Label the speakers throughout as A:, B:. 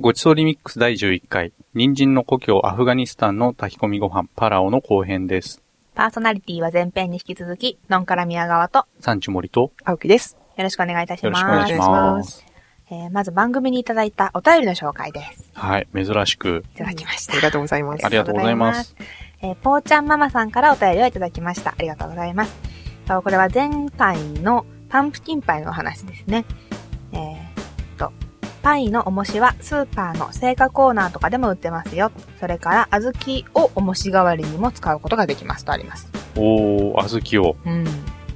A: ごちそうリミックス第11回、人参の故郷アフガニスタンの炊き込みご飯、パラオの後編です。
B: パーソナリティは前編に引き続き、ノンカラ宮川と、
A: 産地森と、
C: 青木です。
B: よろしくお願いいたし
A: よろ
B: ます。
A: しくお願いします。
B: えーまず番組にいただいたお便りの紹介です。
A: はい、珍しく、
B: いただきまし
C: あ
B: た
C: り。がとうございます
A: あ。りがとうございます。
B: えー、ぽーちゃんママさんからお便りをいただきました。ありがとうございます。とこれは前回のパンプキンパイのお話ですね。えーっと、パイの重しはスーパーの製菓コーナーとかでも売ってますよ。それから小豆を重し代わりにも使うことができますとあります。
A: おー、小豆を、
B: うん。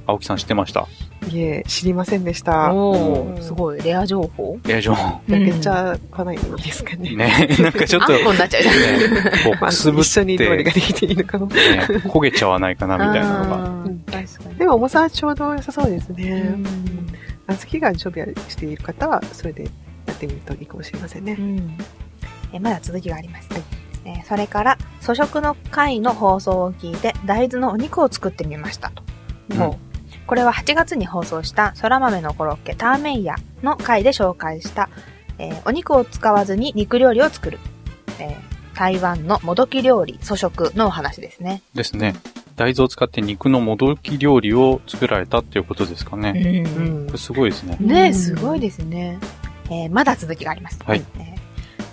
A: 青木さん知ってました。
C: いえ、知りませんでした。
A: お
B: すごい、レア情報
A: えー、じゃ あ、
C: 焼けちゃわないんですかね。
A: ね、なんかちょっと、
B: あんこになっちゃうじゃん
A: ねこう、
C: まあ、
A: くすぶ
C: 一
A: っ
C: 緒
A: て、
C: に料理が
A: ね、
C: できていいのかも。
A: 焦げちゃわないかな、みたいなのが。
B: あー
C: うん
B: 確かに
C: でも重さはちょうど良さそうです
B: う
C: ね。
B: ん
C: 小豆が常備している方は、それでやってみるといいかもしれませんね。
B: えまだ続きがあります、
C: はい
B: えーそれから粗食の会の放送を聞いて大豆のお肉を作ってみましたと、
A: うん
B: もうこれは8月に放送したそら豆のコロッケターメンヤの回で紹介した、えーお肉を使わずに肉料理を作る、えー台湾のもどき料理粗食のお話ですね、
A: ですね。大豆を使って肉のもどき料理を作られたっていうことですかね。
C: う
B: うん
C: ん
A: これ。すごいですね。
B: ね
C: う
B: え、
C: ん
B: すごいですね。えーまだ続きがあります。
A: はい
B: えー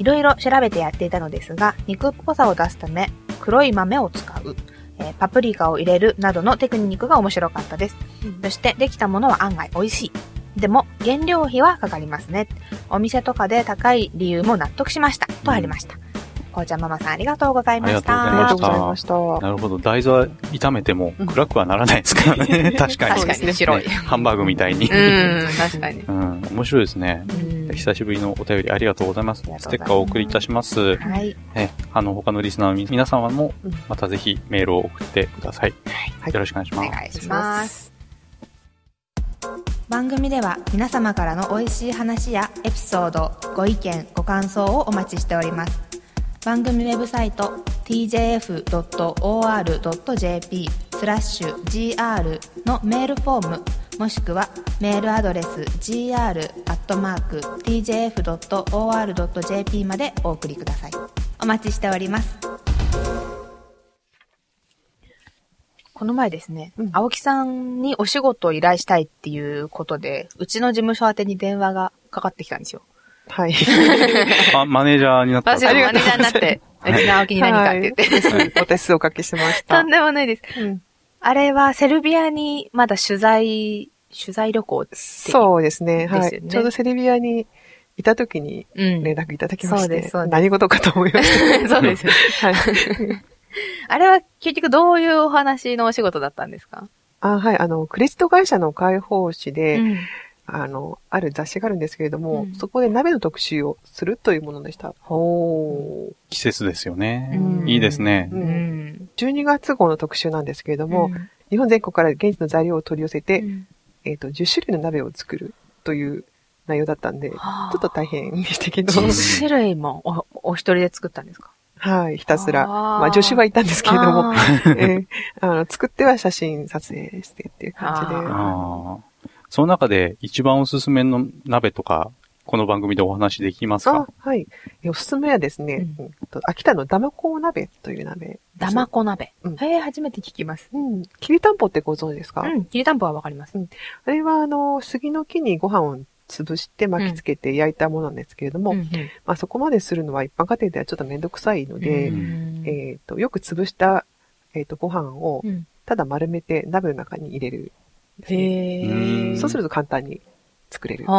B: いろいろ調べてやっていたのですが、肉っぽさを出すため、黒い豆を使う、えーパプリカを入れるなどのテクニックが面白かったです。そして、できたものは案外美味しい。でも、原料費はかかりますね。お店とかで高い理由も納得しました。とありました。こうちゃんママさんありがとうございました。
A: あ
C: あ
A: り
C: り
A: がとう
C: がと
A: ござい
C: うござい
A: ま
C: ました。
A: なるほど。大豆は炒めても暗くはならないですから ね。確かに。
B: 確かに、白い。
A: ハンバーグみたいに。
B: うん、確かに。
A: うん、面白いですね。
B: うん
A: 久しぶりのお便りありがとうございます。
B: ありが
A: ス
B: とうござい
A: テッカ
B: ます
A: ーをお送りいたします。
B: はい。
A: ね、あの、他のリスナーの皆様も
C: うん、
A: またぜひメールを送ってください。
C: はい
A: よろしくお願いし
B: お
A: ます。
B: 願いします。番組では皆様からの美味しい話やエピソード、ご意見、ご感想をお待ちしております。番組ウェブサイト tjf.or.jp スラッシュ gr のメールフォームもしくはメールアドレス gr.tjf.or.jp までお送りください。お待ちしております。この前ですね、
C: うん
B: 青木さんにお仕事を依頼したいっていうことで、うちの事務所宛てに電話がかかってきたんですよ。
C: はい。
A: あ、マネージャーになった。
B: 私がマネージャーになって、うちの青木に何かって言って。
C: はいお手数おかけしま し
B: と
C: た
B: ん。でもないです。
C: うん
B: あれはセルビアにまだ取材、取材旅行って。
C: そうですね。は
B: ですよ
C: い。
B: ね
C: ちょうどセルビアにいた時に
B: う。うん。
C: 連絡いただきま
B: そう
C: し
B: です
C: て
B: そうで、す
C: 何事かと思いまし
B: そうです。
C: た。はい。
B: あれは結局どういうお話のお仕事だったんですか
C: あはい、あの、クレジット会社の開放誌で、
B: うん
C: あの、ある雑誌があるんですけれども、
B: うん
C: そこで鍋の特集をするというものでした。ほ
A: 季節ですよね。
B: うん
A: いいですね
C: う。
B: うんん。
C: 12月号の特集なんですけれども、日本全国から現地の材料を取り寄せて、
B: うん、
C: えっ、と、10種類の鍋を作るという内容だったんで、ちょ
B: はあ
C: っと大変でしたけ ど、
A: うん
B: 10種類もお、お一人で作ったんですか
C: はい、ひたすら。
B: あー
C: まあ、助手はいたんですけれども、
B: あー
C: えーあの作っては写真撮影してっていう感じで。
A: ああ。その中で一番おすすめの鍋とか、この番組でお話できます
C: あ
A: か、
C: はい。おすすめはですね、
B: う
C: うんと秋田のダマコ鍋という鍋。
B: だまこ鍋。
C: うん
B: えー初めて聞きます。
C: うん。きりたんぽってご存知ですか、
B: うん、きりたんぽはわかります。
C: あれは、あの、杉の木にご飯を潰して巻きつけて焼いたものなんですけれども、
B: うん
C: まあそこまでするのは一般家庭ではちょっとめんどくさいので、
B: うん
C: えっ、と、よく潰した、えっ、と、ご飯を
B: うん
C: ただ丸めて鍋の中に入れるんですね、
B: へ
A: うん
B: え。
C: そうすると簡単に作れるんですね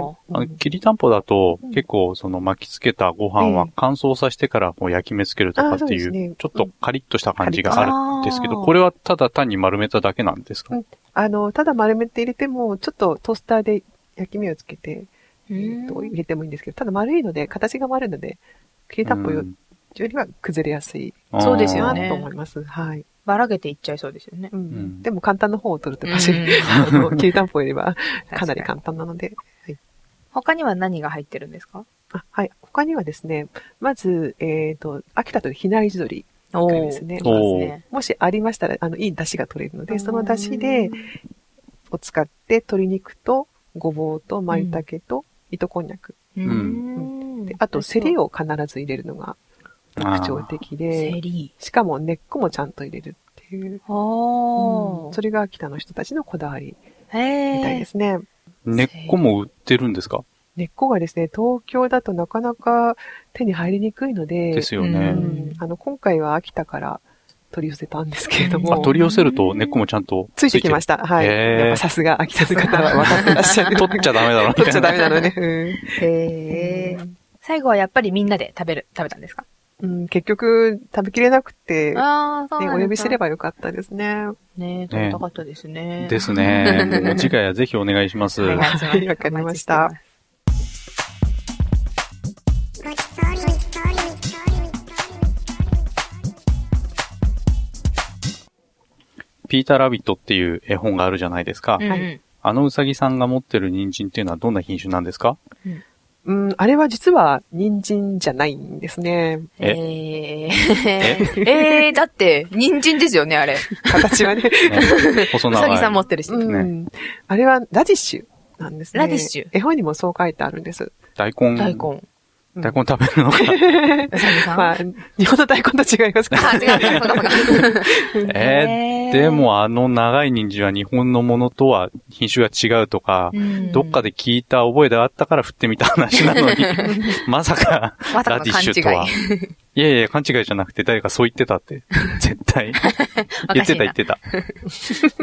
B: は。
C: う
A: あ
C: ん
A: きりたんぽだと
C: うん、
A: 結構その巻きつけたご飯は
C: ええ
A: 乾燥させてからもう焼き目つけるとかって
C: あ
A: い
C: そう
A: う、
C: ですね
A: ちょっとカリッとした感じがあるんですけ
B: あ
A: ど、
B: ー
A: これはただ単に丸めただけなんですか、
C: うんあの、ただ丸めて入れても、ちょっとトースターで焼き目をつけて、
B: あ。
C: えーと入れてもいいんですけど、ただ丸いので、形が丸いので、きりたんぽよ
A: ん
C: よりは崩れやすい
B: そうですよ
C: な
B: ね
C: と思います。はい。
B: ばらけていっちゃいそうですよね。
C: うん
A: ん
C: でも簡単な方を取るというかし、
B: うん
C: あ の、きりたんぽよりはかな
B: 確
C: り
B: に
C: 簡単なので。
B: 他には何が入ってるんですか
C: あはい。他にはですね、まず、えっ、と、秋田という比内地鶏
B: お
C: がですね、
A: おー
C: もしありましたら、あの、いい出汁が取れるので、その出汁で、、を使って、鶏肉と、ごぼうと、舞茸と、糸こんにゃく
B: うんん。うん
C: あと、セリを必ず入れるのが
A: あ
C: 特徴
A: ー
C: 的
B: セ
C: で、
B: リ。
C: しかも根っこもちゃんと入れるっていう、
B: お
C: うん
B: ー。
C: それが秋田の人たちのこだわり
B: へ
C: みたい
B: え
C: で。すね。
A: 根っこも売ってるんですか
C: 根っこがですね、東京だとなかなか手に入りにくいので、
A: ですよ
C: う
A: ね。
C: ん、あの今回は秋田から取り寄せたんですけれど
B: うん
A: あ、
C: も、
A: 取り寄せると根っこもちゃんと
C: ついてきま
A: し
C: した。はい。
A: へー
C: やっぱさすが秋田の方は分か ってらっしゃる。
A: 取っちゃダメだろ、み
C: 取
A: た
C: っちゃ
A: い
C: ダ
A: な。
C: メなのね。うん
B: へー最後はやっぱりみんなで食べる、食べたんですか
C: うん、結局、食べきれなくて、ね、
B: ああ、そ
C: お
B: うなんですか
C: 呼びすればよかったですね。
B: ね食べたかったですね。
A: ですね。もう次回はぜひお願いします。
B: はい
A: は
C: はいわかりました。
A: ピーター・ラビットっていう絵本があるじゃないですか。
B: うんうん
A: あのうさぎさんが持ってる人参っていうのはどんな品種なんですか
C: うん、あれは実は人参じゃないんですね。
A: え
B: えー、えー、だって、人参ですよね、あれ。
C: 形はね。
A: ね細
B: う
A: 長
B: さ
A: い。
B: ぎさん持ってるし。
C: うん。あれはラディッシュなんですね。
B: ラディッシュ
C: 絵本にもそう書いてあるんです。
A: 大根。
B: 大。根。
C: うん
A: 大根食べるのか。
B: うさぎさん。
C: まあ、日本の大根と違いますけど。
B: あ、違う、違う、そうかそうか。
A: えーで、もあの長い人参は日本のものとは品種が違うとか、どっか
B: で、
A: で聞いた覚えがあったから振ってみた話な のに、まさか、
B: まさ
A: ラ
B: かの
A: ディッ
B: 勘違
A: シュ
B: い
A: とは。。いやいや、勘違いじゃなくて誰かそう言ってた って。絶対。言ってた言ってた。
B: た。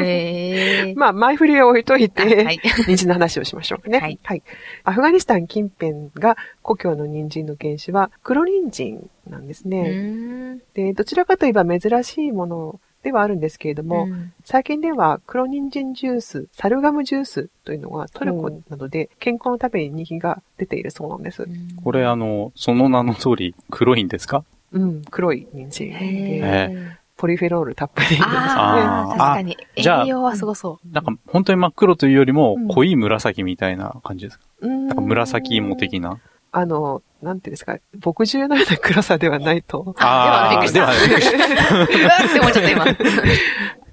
B: えー
C: まあ、前振りは置いとい
B: あ
C: て、
B: はい。
C: 人参の話をしましょうね。
B: はい。
C: アフガニスタン近辺が故郷の人参の原種は黒人参なんです
B: う
C: ね。
B: ーん
C: で、どちらかといえば珍しいものではあるんですけれども、
B: うん
C: 最近では黒人参ジュース、サルガムジュースというのがトルコなどで健康のために人気が出ているそうなんです。
A: これあの、その名の通り黒いんですか
C: うん、黒い人参
B: へ
C: で、
B: ー
C: ポリフェロールたっぷりなん
B: あ
A: ー
B: あ、確
C: ですね。
B: かに。
A: じゃあ
B: 栄養はすごそう。
A: なんか本当に真っ黒というよりも
C: うん
A: 濃い紫みたいな感じですか、
C: うん
A: なんか紫芋的な。
C: あの、なんていうんですか、牧獣のような黒さではないと。
B: あ
A: あ
B: ー
A: ーで
B: で
A: は
B: は
A: びっくりし
B: うわーって思っちゃった、今。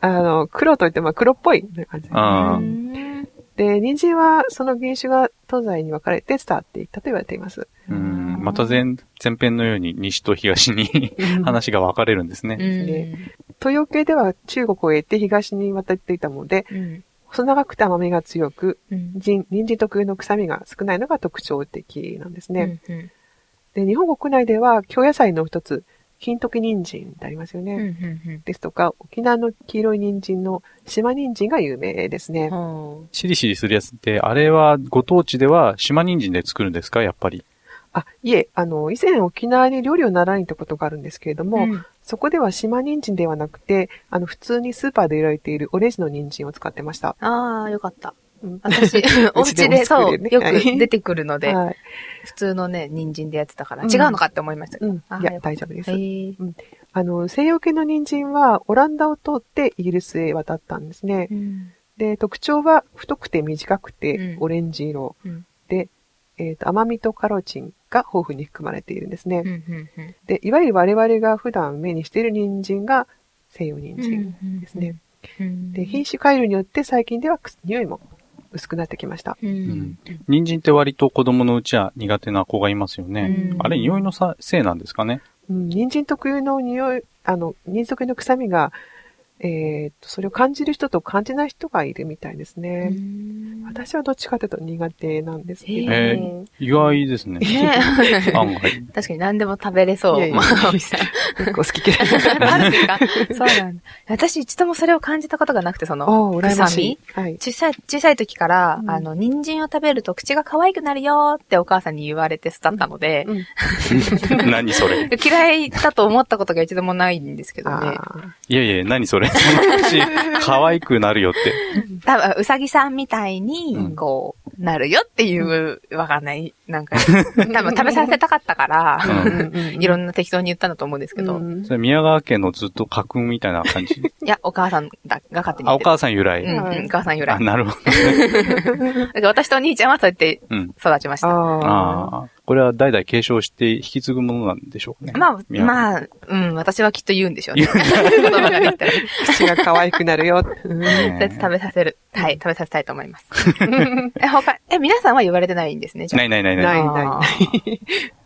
C: あの、黒といって、まあ黒っぽい感じ。
A: た。う。
B: うんん
C: で、人参はその原種が東西に分かれて伝わっていったと言われています。
A: うんまた前、前編のように西と東に 話が分かれるんですね。
B: ね。
C: 東洋系では中国を越えて東に渡っていたもので、
B: うん
C: 細長くて甘みが強く、
B: うん
C: 人人参特有の臭みが少ないのが特徴的なんですね。
B: うん
C: で、日本国内では京野菜の一つ、金時人参ってありますよね。
B: うんうん
C: ですとか、沖縄の黄色い人参の島人参が有名です
B: う
C: ね
B: ん。ほ
A: シリシリするやつって、あれはご当地では島人参で作るんですかやっぱり。
C: あ、いえ、あの、以前沖縄に料理を習いに行ったことがあるんですけれど
B: う
C: も、
B: うん
C: そこでは島人参ではなくて、あの、普通にスーパーで売られているオレンジの人参を使ってました。
B: ああ、よかった。
C: うん
B: 私、お家で、そう、
C: ね
B: よく
C: はい
B: 出てくるので、
C: はい。
B: 普通のね、人参でやってたから、
C: うん
B: 違うのかって思いましたけ
C: う
B: ど。
C: ん
B: あ。
C: い
B: ー
C: や、
B: よかっ
C: 大丈夫で
B: た。
C: す
B: へ。ー
C: あの、西洋系の人参は、オランダを通ってイギリスへ渡ったんですね。
B: うん
C: で、特徴は、太くて短くて
B: う、ん
C: オレンジ色。
B: うん
C: で、えっ、と、甘みとカロチンが豊富に含まれているんですね。
B: うんうんうん
C: で、いわゆる我々が普段目にしている人参が西洋人
B: うん
C: 参ですね。
B: うん
C: で、品種改良によって最近では匂いも薄くなってきました。
B: うん
A: 人参って割と子供のうちは苦手な子がいますよね。
B: うん
A: あれ、匂いのさせいなんですかね
C: うん、人参特有の匂い、あの、人参特有の臭みが、えーっと、それを感じる人と感じない人がいるみたいです
B: う
C: ね。
B: ん
C: 私はどっちかというと苦手なんですけど、
A: へ
B: ー
A: 意外ですね。
B: ね
A: 案外。
B: 確かに何でも食べれそう。
C: いや いや
B: まあおじさん
C: 結構好き嫌い。
B: あるんですかそうなんだ。私一度もそれを感じたことがなくて、その、
C: おー、羨ましい。はい。
B: 小さい、小さい時から、
C: うん
B: あの、人参を食べると口が可愛くなるよーってお母さんに言われて育ったので、
C: うん
A: 何それ
B: 嫌いだと思ったことが一度もないんですけどね。
C: あ
A: いやいや、何それそのうち可愛くなるよって。
B: 多分、うさぎさんみたいに
A: うん、
B: こう、なるよっていう、わかんない、なんか、多分食べさせたかったから、
A: う
C: ー
A: ん
C: うんうんうん
B: いろんな適当に言ったんだと思うんですけど、
C: う
B: い
C: ん
A: それ宮川家のずっと架空みたいな感じ。
B: や、お母さんだが勝手に
A: あ、
B: 言っ
A: お
B: てる。
A: 母さん由来。
B: うん、うんお母さん由
A: あ、
B: 来。
A: なるほど。
B: だから私とお兄ちゃんはそうやって
A: うん。
B: 育ちました。
C: あー
A: ああ。これは代々継承して引き継ぐものなんでしょうかね。
B: まあ、
A: 宮川
B: まあ、うん、私はきっと言うんでしょうね。言葉ができたら。そう
C: 口が可愛くなるよ。うん
A: 家
B: やって食べさせる。はい、食べさせたいと思います。え、他、え、皆さんは言われてないんですね、じゃあ
A: ないないないない。
C: ないない
B: あー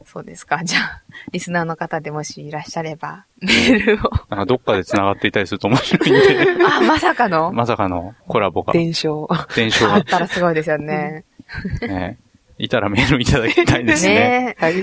B: そうですか。じゃあ、リスナーの方でもしいらっしゃれば、メールを。
A: なんかどっかで繋がっていたりすると面白いん で、
B: あ、まさかの、
A: まさかのコラボが、
C: 伝承。
A: 伝承
B: あ
A: が
B: っ、たらすごいですよね。
A: ね、いたらメールいただきたいですね。
B: ね
C: はい。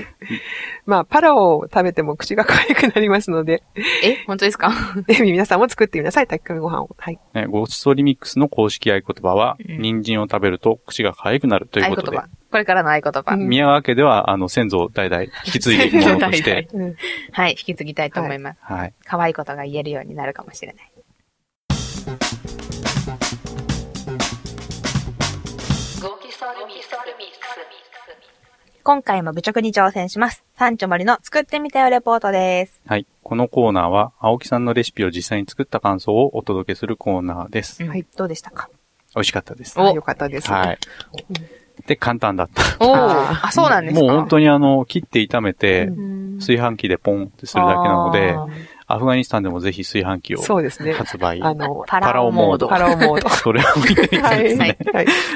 C: まあ、パラオを食べても口が可愛くなりますの で、
B: え。え、本当ですか
C: ぜひ皆さんも作ってみなさい、炊き込みご飯を。はい。
A: ねごちそうリミックスの公式合言葉は、
B: うん
A: 人参を食べると口が可愛くなるとい
B: 合
A: う
B: 言
A: ことで
B: 葉、。これからの合言葉。
C: うん
A: 宮川家では、あの、先祖代々引き継いでいくものとし
B: 先祖代 々
A: て、
C: うん。
B: はい、引き継ぎたいと思います。
A: はい。
B: 可、愛、いことが言えるようになるかもしれない。今回も愚直に挑戦します。三丁森の作ってみたよレポートです。
A: はい。このコーナーは、青木さんのレシピを実際に作った感想をお届けするコーナーです。
B: うん
C: はい
B: どうでしたか
A: 美味しかったです。
B: お
C: あよかったです。
A: はい。で、簡単だった。
B: お
C: あ
B: ーあ、そうなんですか
A: もう本当にあの、切って炒めて、
C: うん
B: に
A: 炊飯器でポンってするだけなので、
B: あ
A: アフガニスタンでもぜひ炊飯器を
C: そうですね。
A: 発売。
C: あの、
B: パラオモード。
C: パラオモー ド。
A: それを見てみた
C: はい
A: で
C: い。
A: す
C: は
A: ね
C: い。。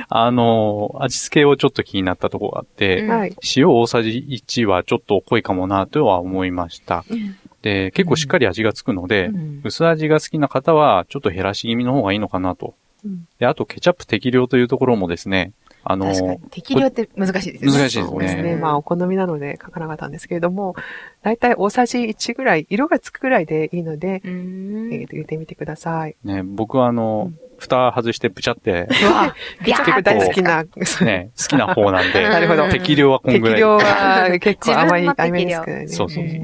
A: あの、味付けをちょっと気になったところがあって、
B: うん
C: はい。
A: 塩大さじ1はちょっと濃いかもなとは思いました。で、結構しっかり味がつくので、
B: うん
A: 薄味が好きな方はちょっと減らし気味の方がいいのかなと。
C: うん
A: で、あとケチャップ適量というところもですね、あの、
B: 確かに。適量って難しいですよね。
A: 難しいですね
C: そうですね。まあ、お好みなので書かなかったんですけれども、だいたい大さじ1ぐらい、色がつくぐらいでいいので、
B: う
C: え
B: ーん
C: ー、と入れてみてください。
A: ね、僕はあの、蓋外してプチャって、
B: う わ、ビャ
C: 結
B: ー
C: 構
B: って
C: 大好きな、
A: ね、好きな方なん
B: う ん
A: で、
C: なるほど
A: 適量はこん
C: 適
A: ぐらい。
C: 量は結構甘い、
B: 自分の適量
C: 甘いですからね。
A: そうそう
B: そう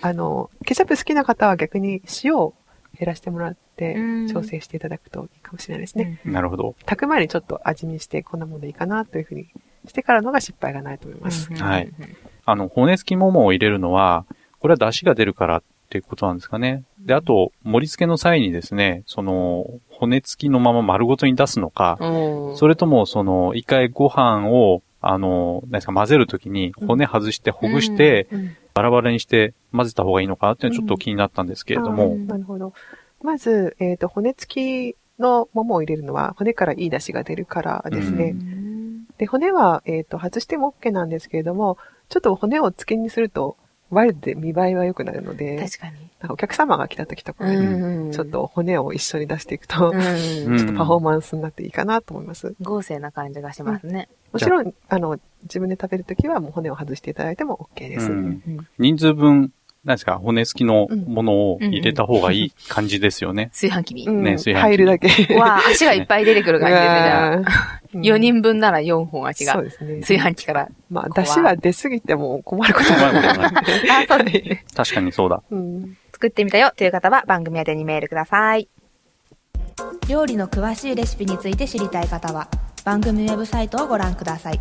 C: あの、ケチャップ好きな方は逆に塩を減らしてもらって
B: うん、
C: 調整していただくといいかもしれないですね。
A: なるほど。
C: 炊く前にちょっと味見して、こんなもんでいいかなというふうにしてからのが失敗がないと思います。
A: はい。あの、骨付きももを入れるのは、これは出汁が出るからっていうことなんですかね。で、あと、盛り付けの際にですね、その、骨付きのまま丸ごとに出すのか、それとも、その、一回ご飯を、あの、何ですか、混ぜるときに骨外してほぐして、
C: うん
A: バラバラにして混ぜた方がいいのかなっていうのはちょっと気になったんですけれど
C: あ
A: も
C: ー、なるほど。まず、えっ、と、骨付きのももを入れるのは、骨からいい出汁が出るからですね。で、骨は、えっ、と、外しても OK なんですけれども、ちょっと骨を付けにすると、ワイルドで見栄えは良くなるので、
B: 確かに。
C: なんかお客様が来た時とかに、
B: うん
C: ちょっ、と骨を一緒に出していくと、
B: うん
A: うん
C: ちょっとパフォーマンスになっていいかなと思います。
B: 豪勢な感じがしますね。
C: もちろん、あの、自分で食べるときはもう骨を外していただいても OK です。
A: うん
B: うん
A: 人数分、何ですか、骨付きのものを入れた方がいい感じですよね。
B: 炊飯器に
C: う。ん
A: ね炊飯器
C: 入るだけ。
B: うわあ、足がいっぱい出てくる感じですね。じゃあ
C: うわー
B: 4人分なら4本足
C: そ
B: が
C: う。ですね。
B: 炊飯器から。
C: まあ、出汁が出すぎても困ることはないので。
B: あ、そうですね。
A: 確かにそうだ。
C: うん
B: 作ってみたよという方は番組宛てにメールください料理の詳しいレシピについて知りたい方は番組ウェブサイトをご覧ください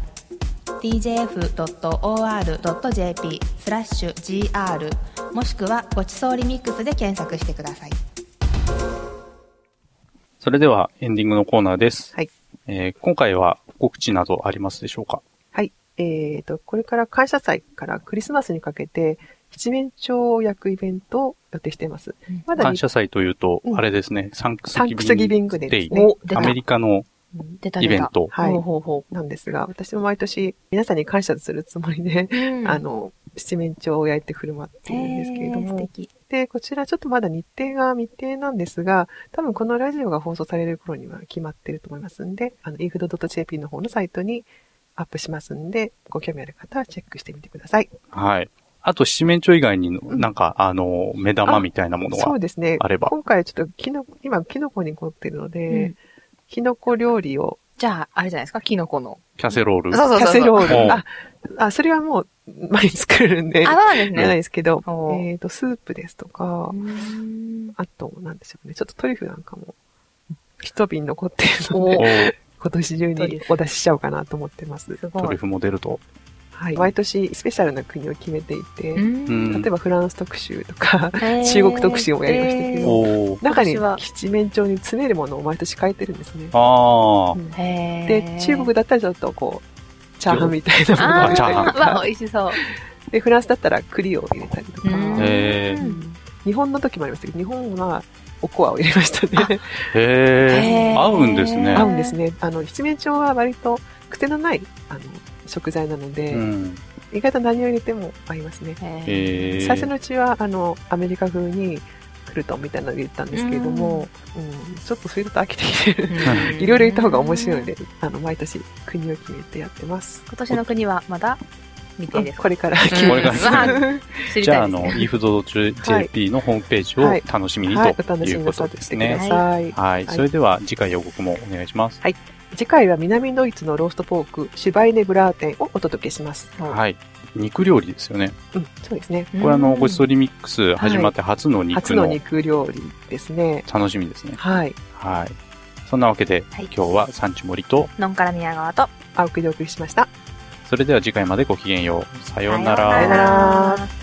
B: tjf.or.jp スラッシュ gr もしくはごちそうリミックスで検索してください
A: それではエンディングのコーナーです。
C: はい
A: えー今回は告知などありますでしょうか
C: はい。えっ、と、これから感謝祭からクリスマスにかけて、七面鳥を焼くイベントを予定しています
B: うん。
C: まだ
A: 感謝祭というと
C: う、ん
A: あれですね、サンクス
C: サンクスギ
A: ギビ
C: ビン
A: ン
C: グデー
A: デ
C: で
A: イ
C: す、ね。
B: 出
A: アメリカの
C: うん
B: 出た
A: イベント。
C: はい。
B: ほうほ
C: なんですが、私も毎年皆さんに感謝するつもりで、
B: う、うん
C: あの、七面鳥を焼いて振る舞っているんですけれど
B: へー素
C: も、
B: 敵
C: で、こちらちょっとまだ日程が未定なんですが、多分このラジオが放送される頃には決まってると思いますんで、あの、efood.jp の方のサイトにアップしますんで、ご興味ある方はチェックしてみてください。
A: はい。あと、七面鳥以外に、
C: ん
A: なんか、あの、目玉みたいなもの
C: そ
A: は
C: う。ですね。
A: あれば
C: 今回ちょっとキノコ、今キノコに凝ってるので、
B: うん
C: キノコ料理を、
B: じゃああれじゃないですかキノコの
A: キャセロール。
B: そう
C: キ
B: そうそう
C: ャセロー
A: うん
C: ル、あ、あ、それはもう前に作るんで、
B: あそうなんで
C: や
B: す
C: らない
B: ね、
C: ですけど、
B: おー
C: えっと、スープですとか
B: う、ん
C: あと、なんでしょうね。ちょっとトリュフなんかも、一瓶残ってるの
B: お
C: で、
A: おー
C: 今年中
B: トリュ
C: にお出ししちゃおうかなと思ってます。
B: すごい
A: トリュフも出ると。
C: はい。毎年スペシャルな国を決めていて、
B: う
C: 例
B: ん
A: うん
C: えばフランス特集 とか、
B: へー
C: 中国特集をやりましたけど
A: おー
C: 中に
B: 今年は
C: 七面鳥に詰めるものを毎年変えてるんですね。
A: あー
B: へー
C: で、中国だったらちょっとこう、チャーハンみたいなものを
B: あ
A: あチャーハン
B: ーうわ、美味しそう。
C: で、フランスだったら栗を入れたりとか、
B: うん
A: へー
C: うん日本の時もありましたけど、日本はおこわを入れましたね。
A: へ
B: へ
A: え。
B: ー
A: 合うんです
B: あ
A: ね
C: 合。うんですね。あの、七面鳥は割と癖のない、あの、食材なの
A: う
C: で、
A: ん。
C: 意外と何を入れても合いますね。
B: へ
A: えー、
C: 最初のうちはあのアメリカ風にクルトンみたいなの入れてたんですけれども、うんちょっとそれだと飽きてきてる。
B: ー
C: いろいろ入れた方が面白いので、あの毎年国を決めてやってます。
B: 今年の国はまだ未定です
C: こ
B: か。
C: れから
B: ん
C: 決めます。
A: これから
C: は
B: 知り
A: じゃあ、
B: た
A: あの、
B: いですね。
A: if.jp のホームページを
C: はい
A: 楽しみに
C: い、お
A: と
C: 楽
A: い
C: しみ
A: う
C: な
A: こと
C: さっ
A: で
C: て
A: す
C: くだ
A: ね。
C: さい。
A: はい。
C: はい
A: それでは、次回予告もお願いします。
C: 次回は南ドイツのローストポーク、シュバイネブラーテンをお届けします。
A: はい。肉料理ですよね。
C: うん、そうですね。
A: これ、あの、ごちそううリミックス始まって初の肉
C: 初の
A: の
C: 肉料理ですね。
A: 楽しみですね。
C: はい。
A: はい。そんなわけで、
B: はい
A: 今日は産地森と、
B: ん。のんから宮川と。
C: 青くでお送りしました。
A: それでは次回までごきげんよう。さような
B: さよ
C: さよ
A: ら
B: うな
C: うな
B: ら
C: ら。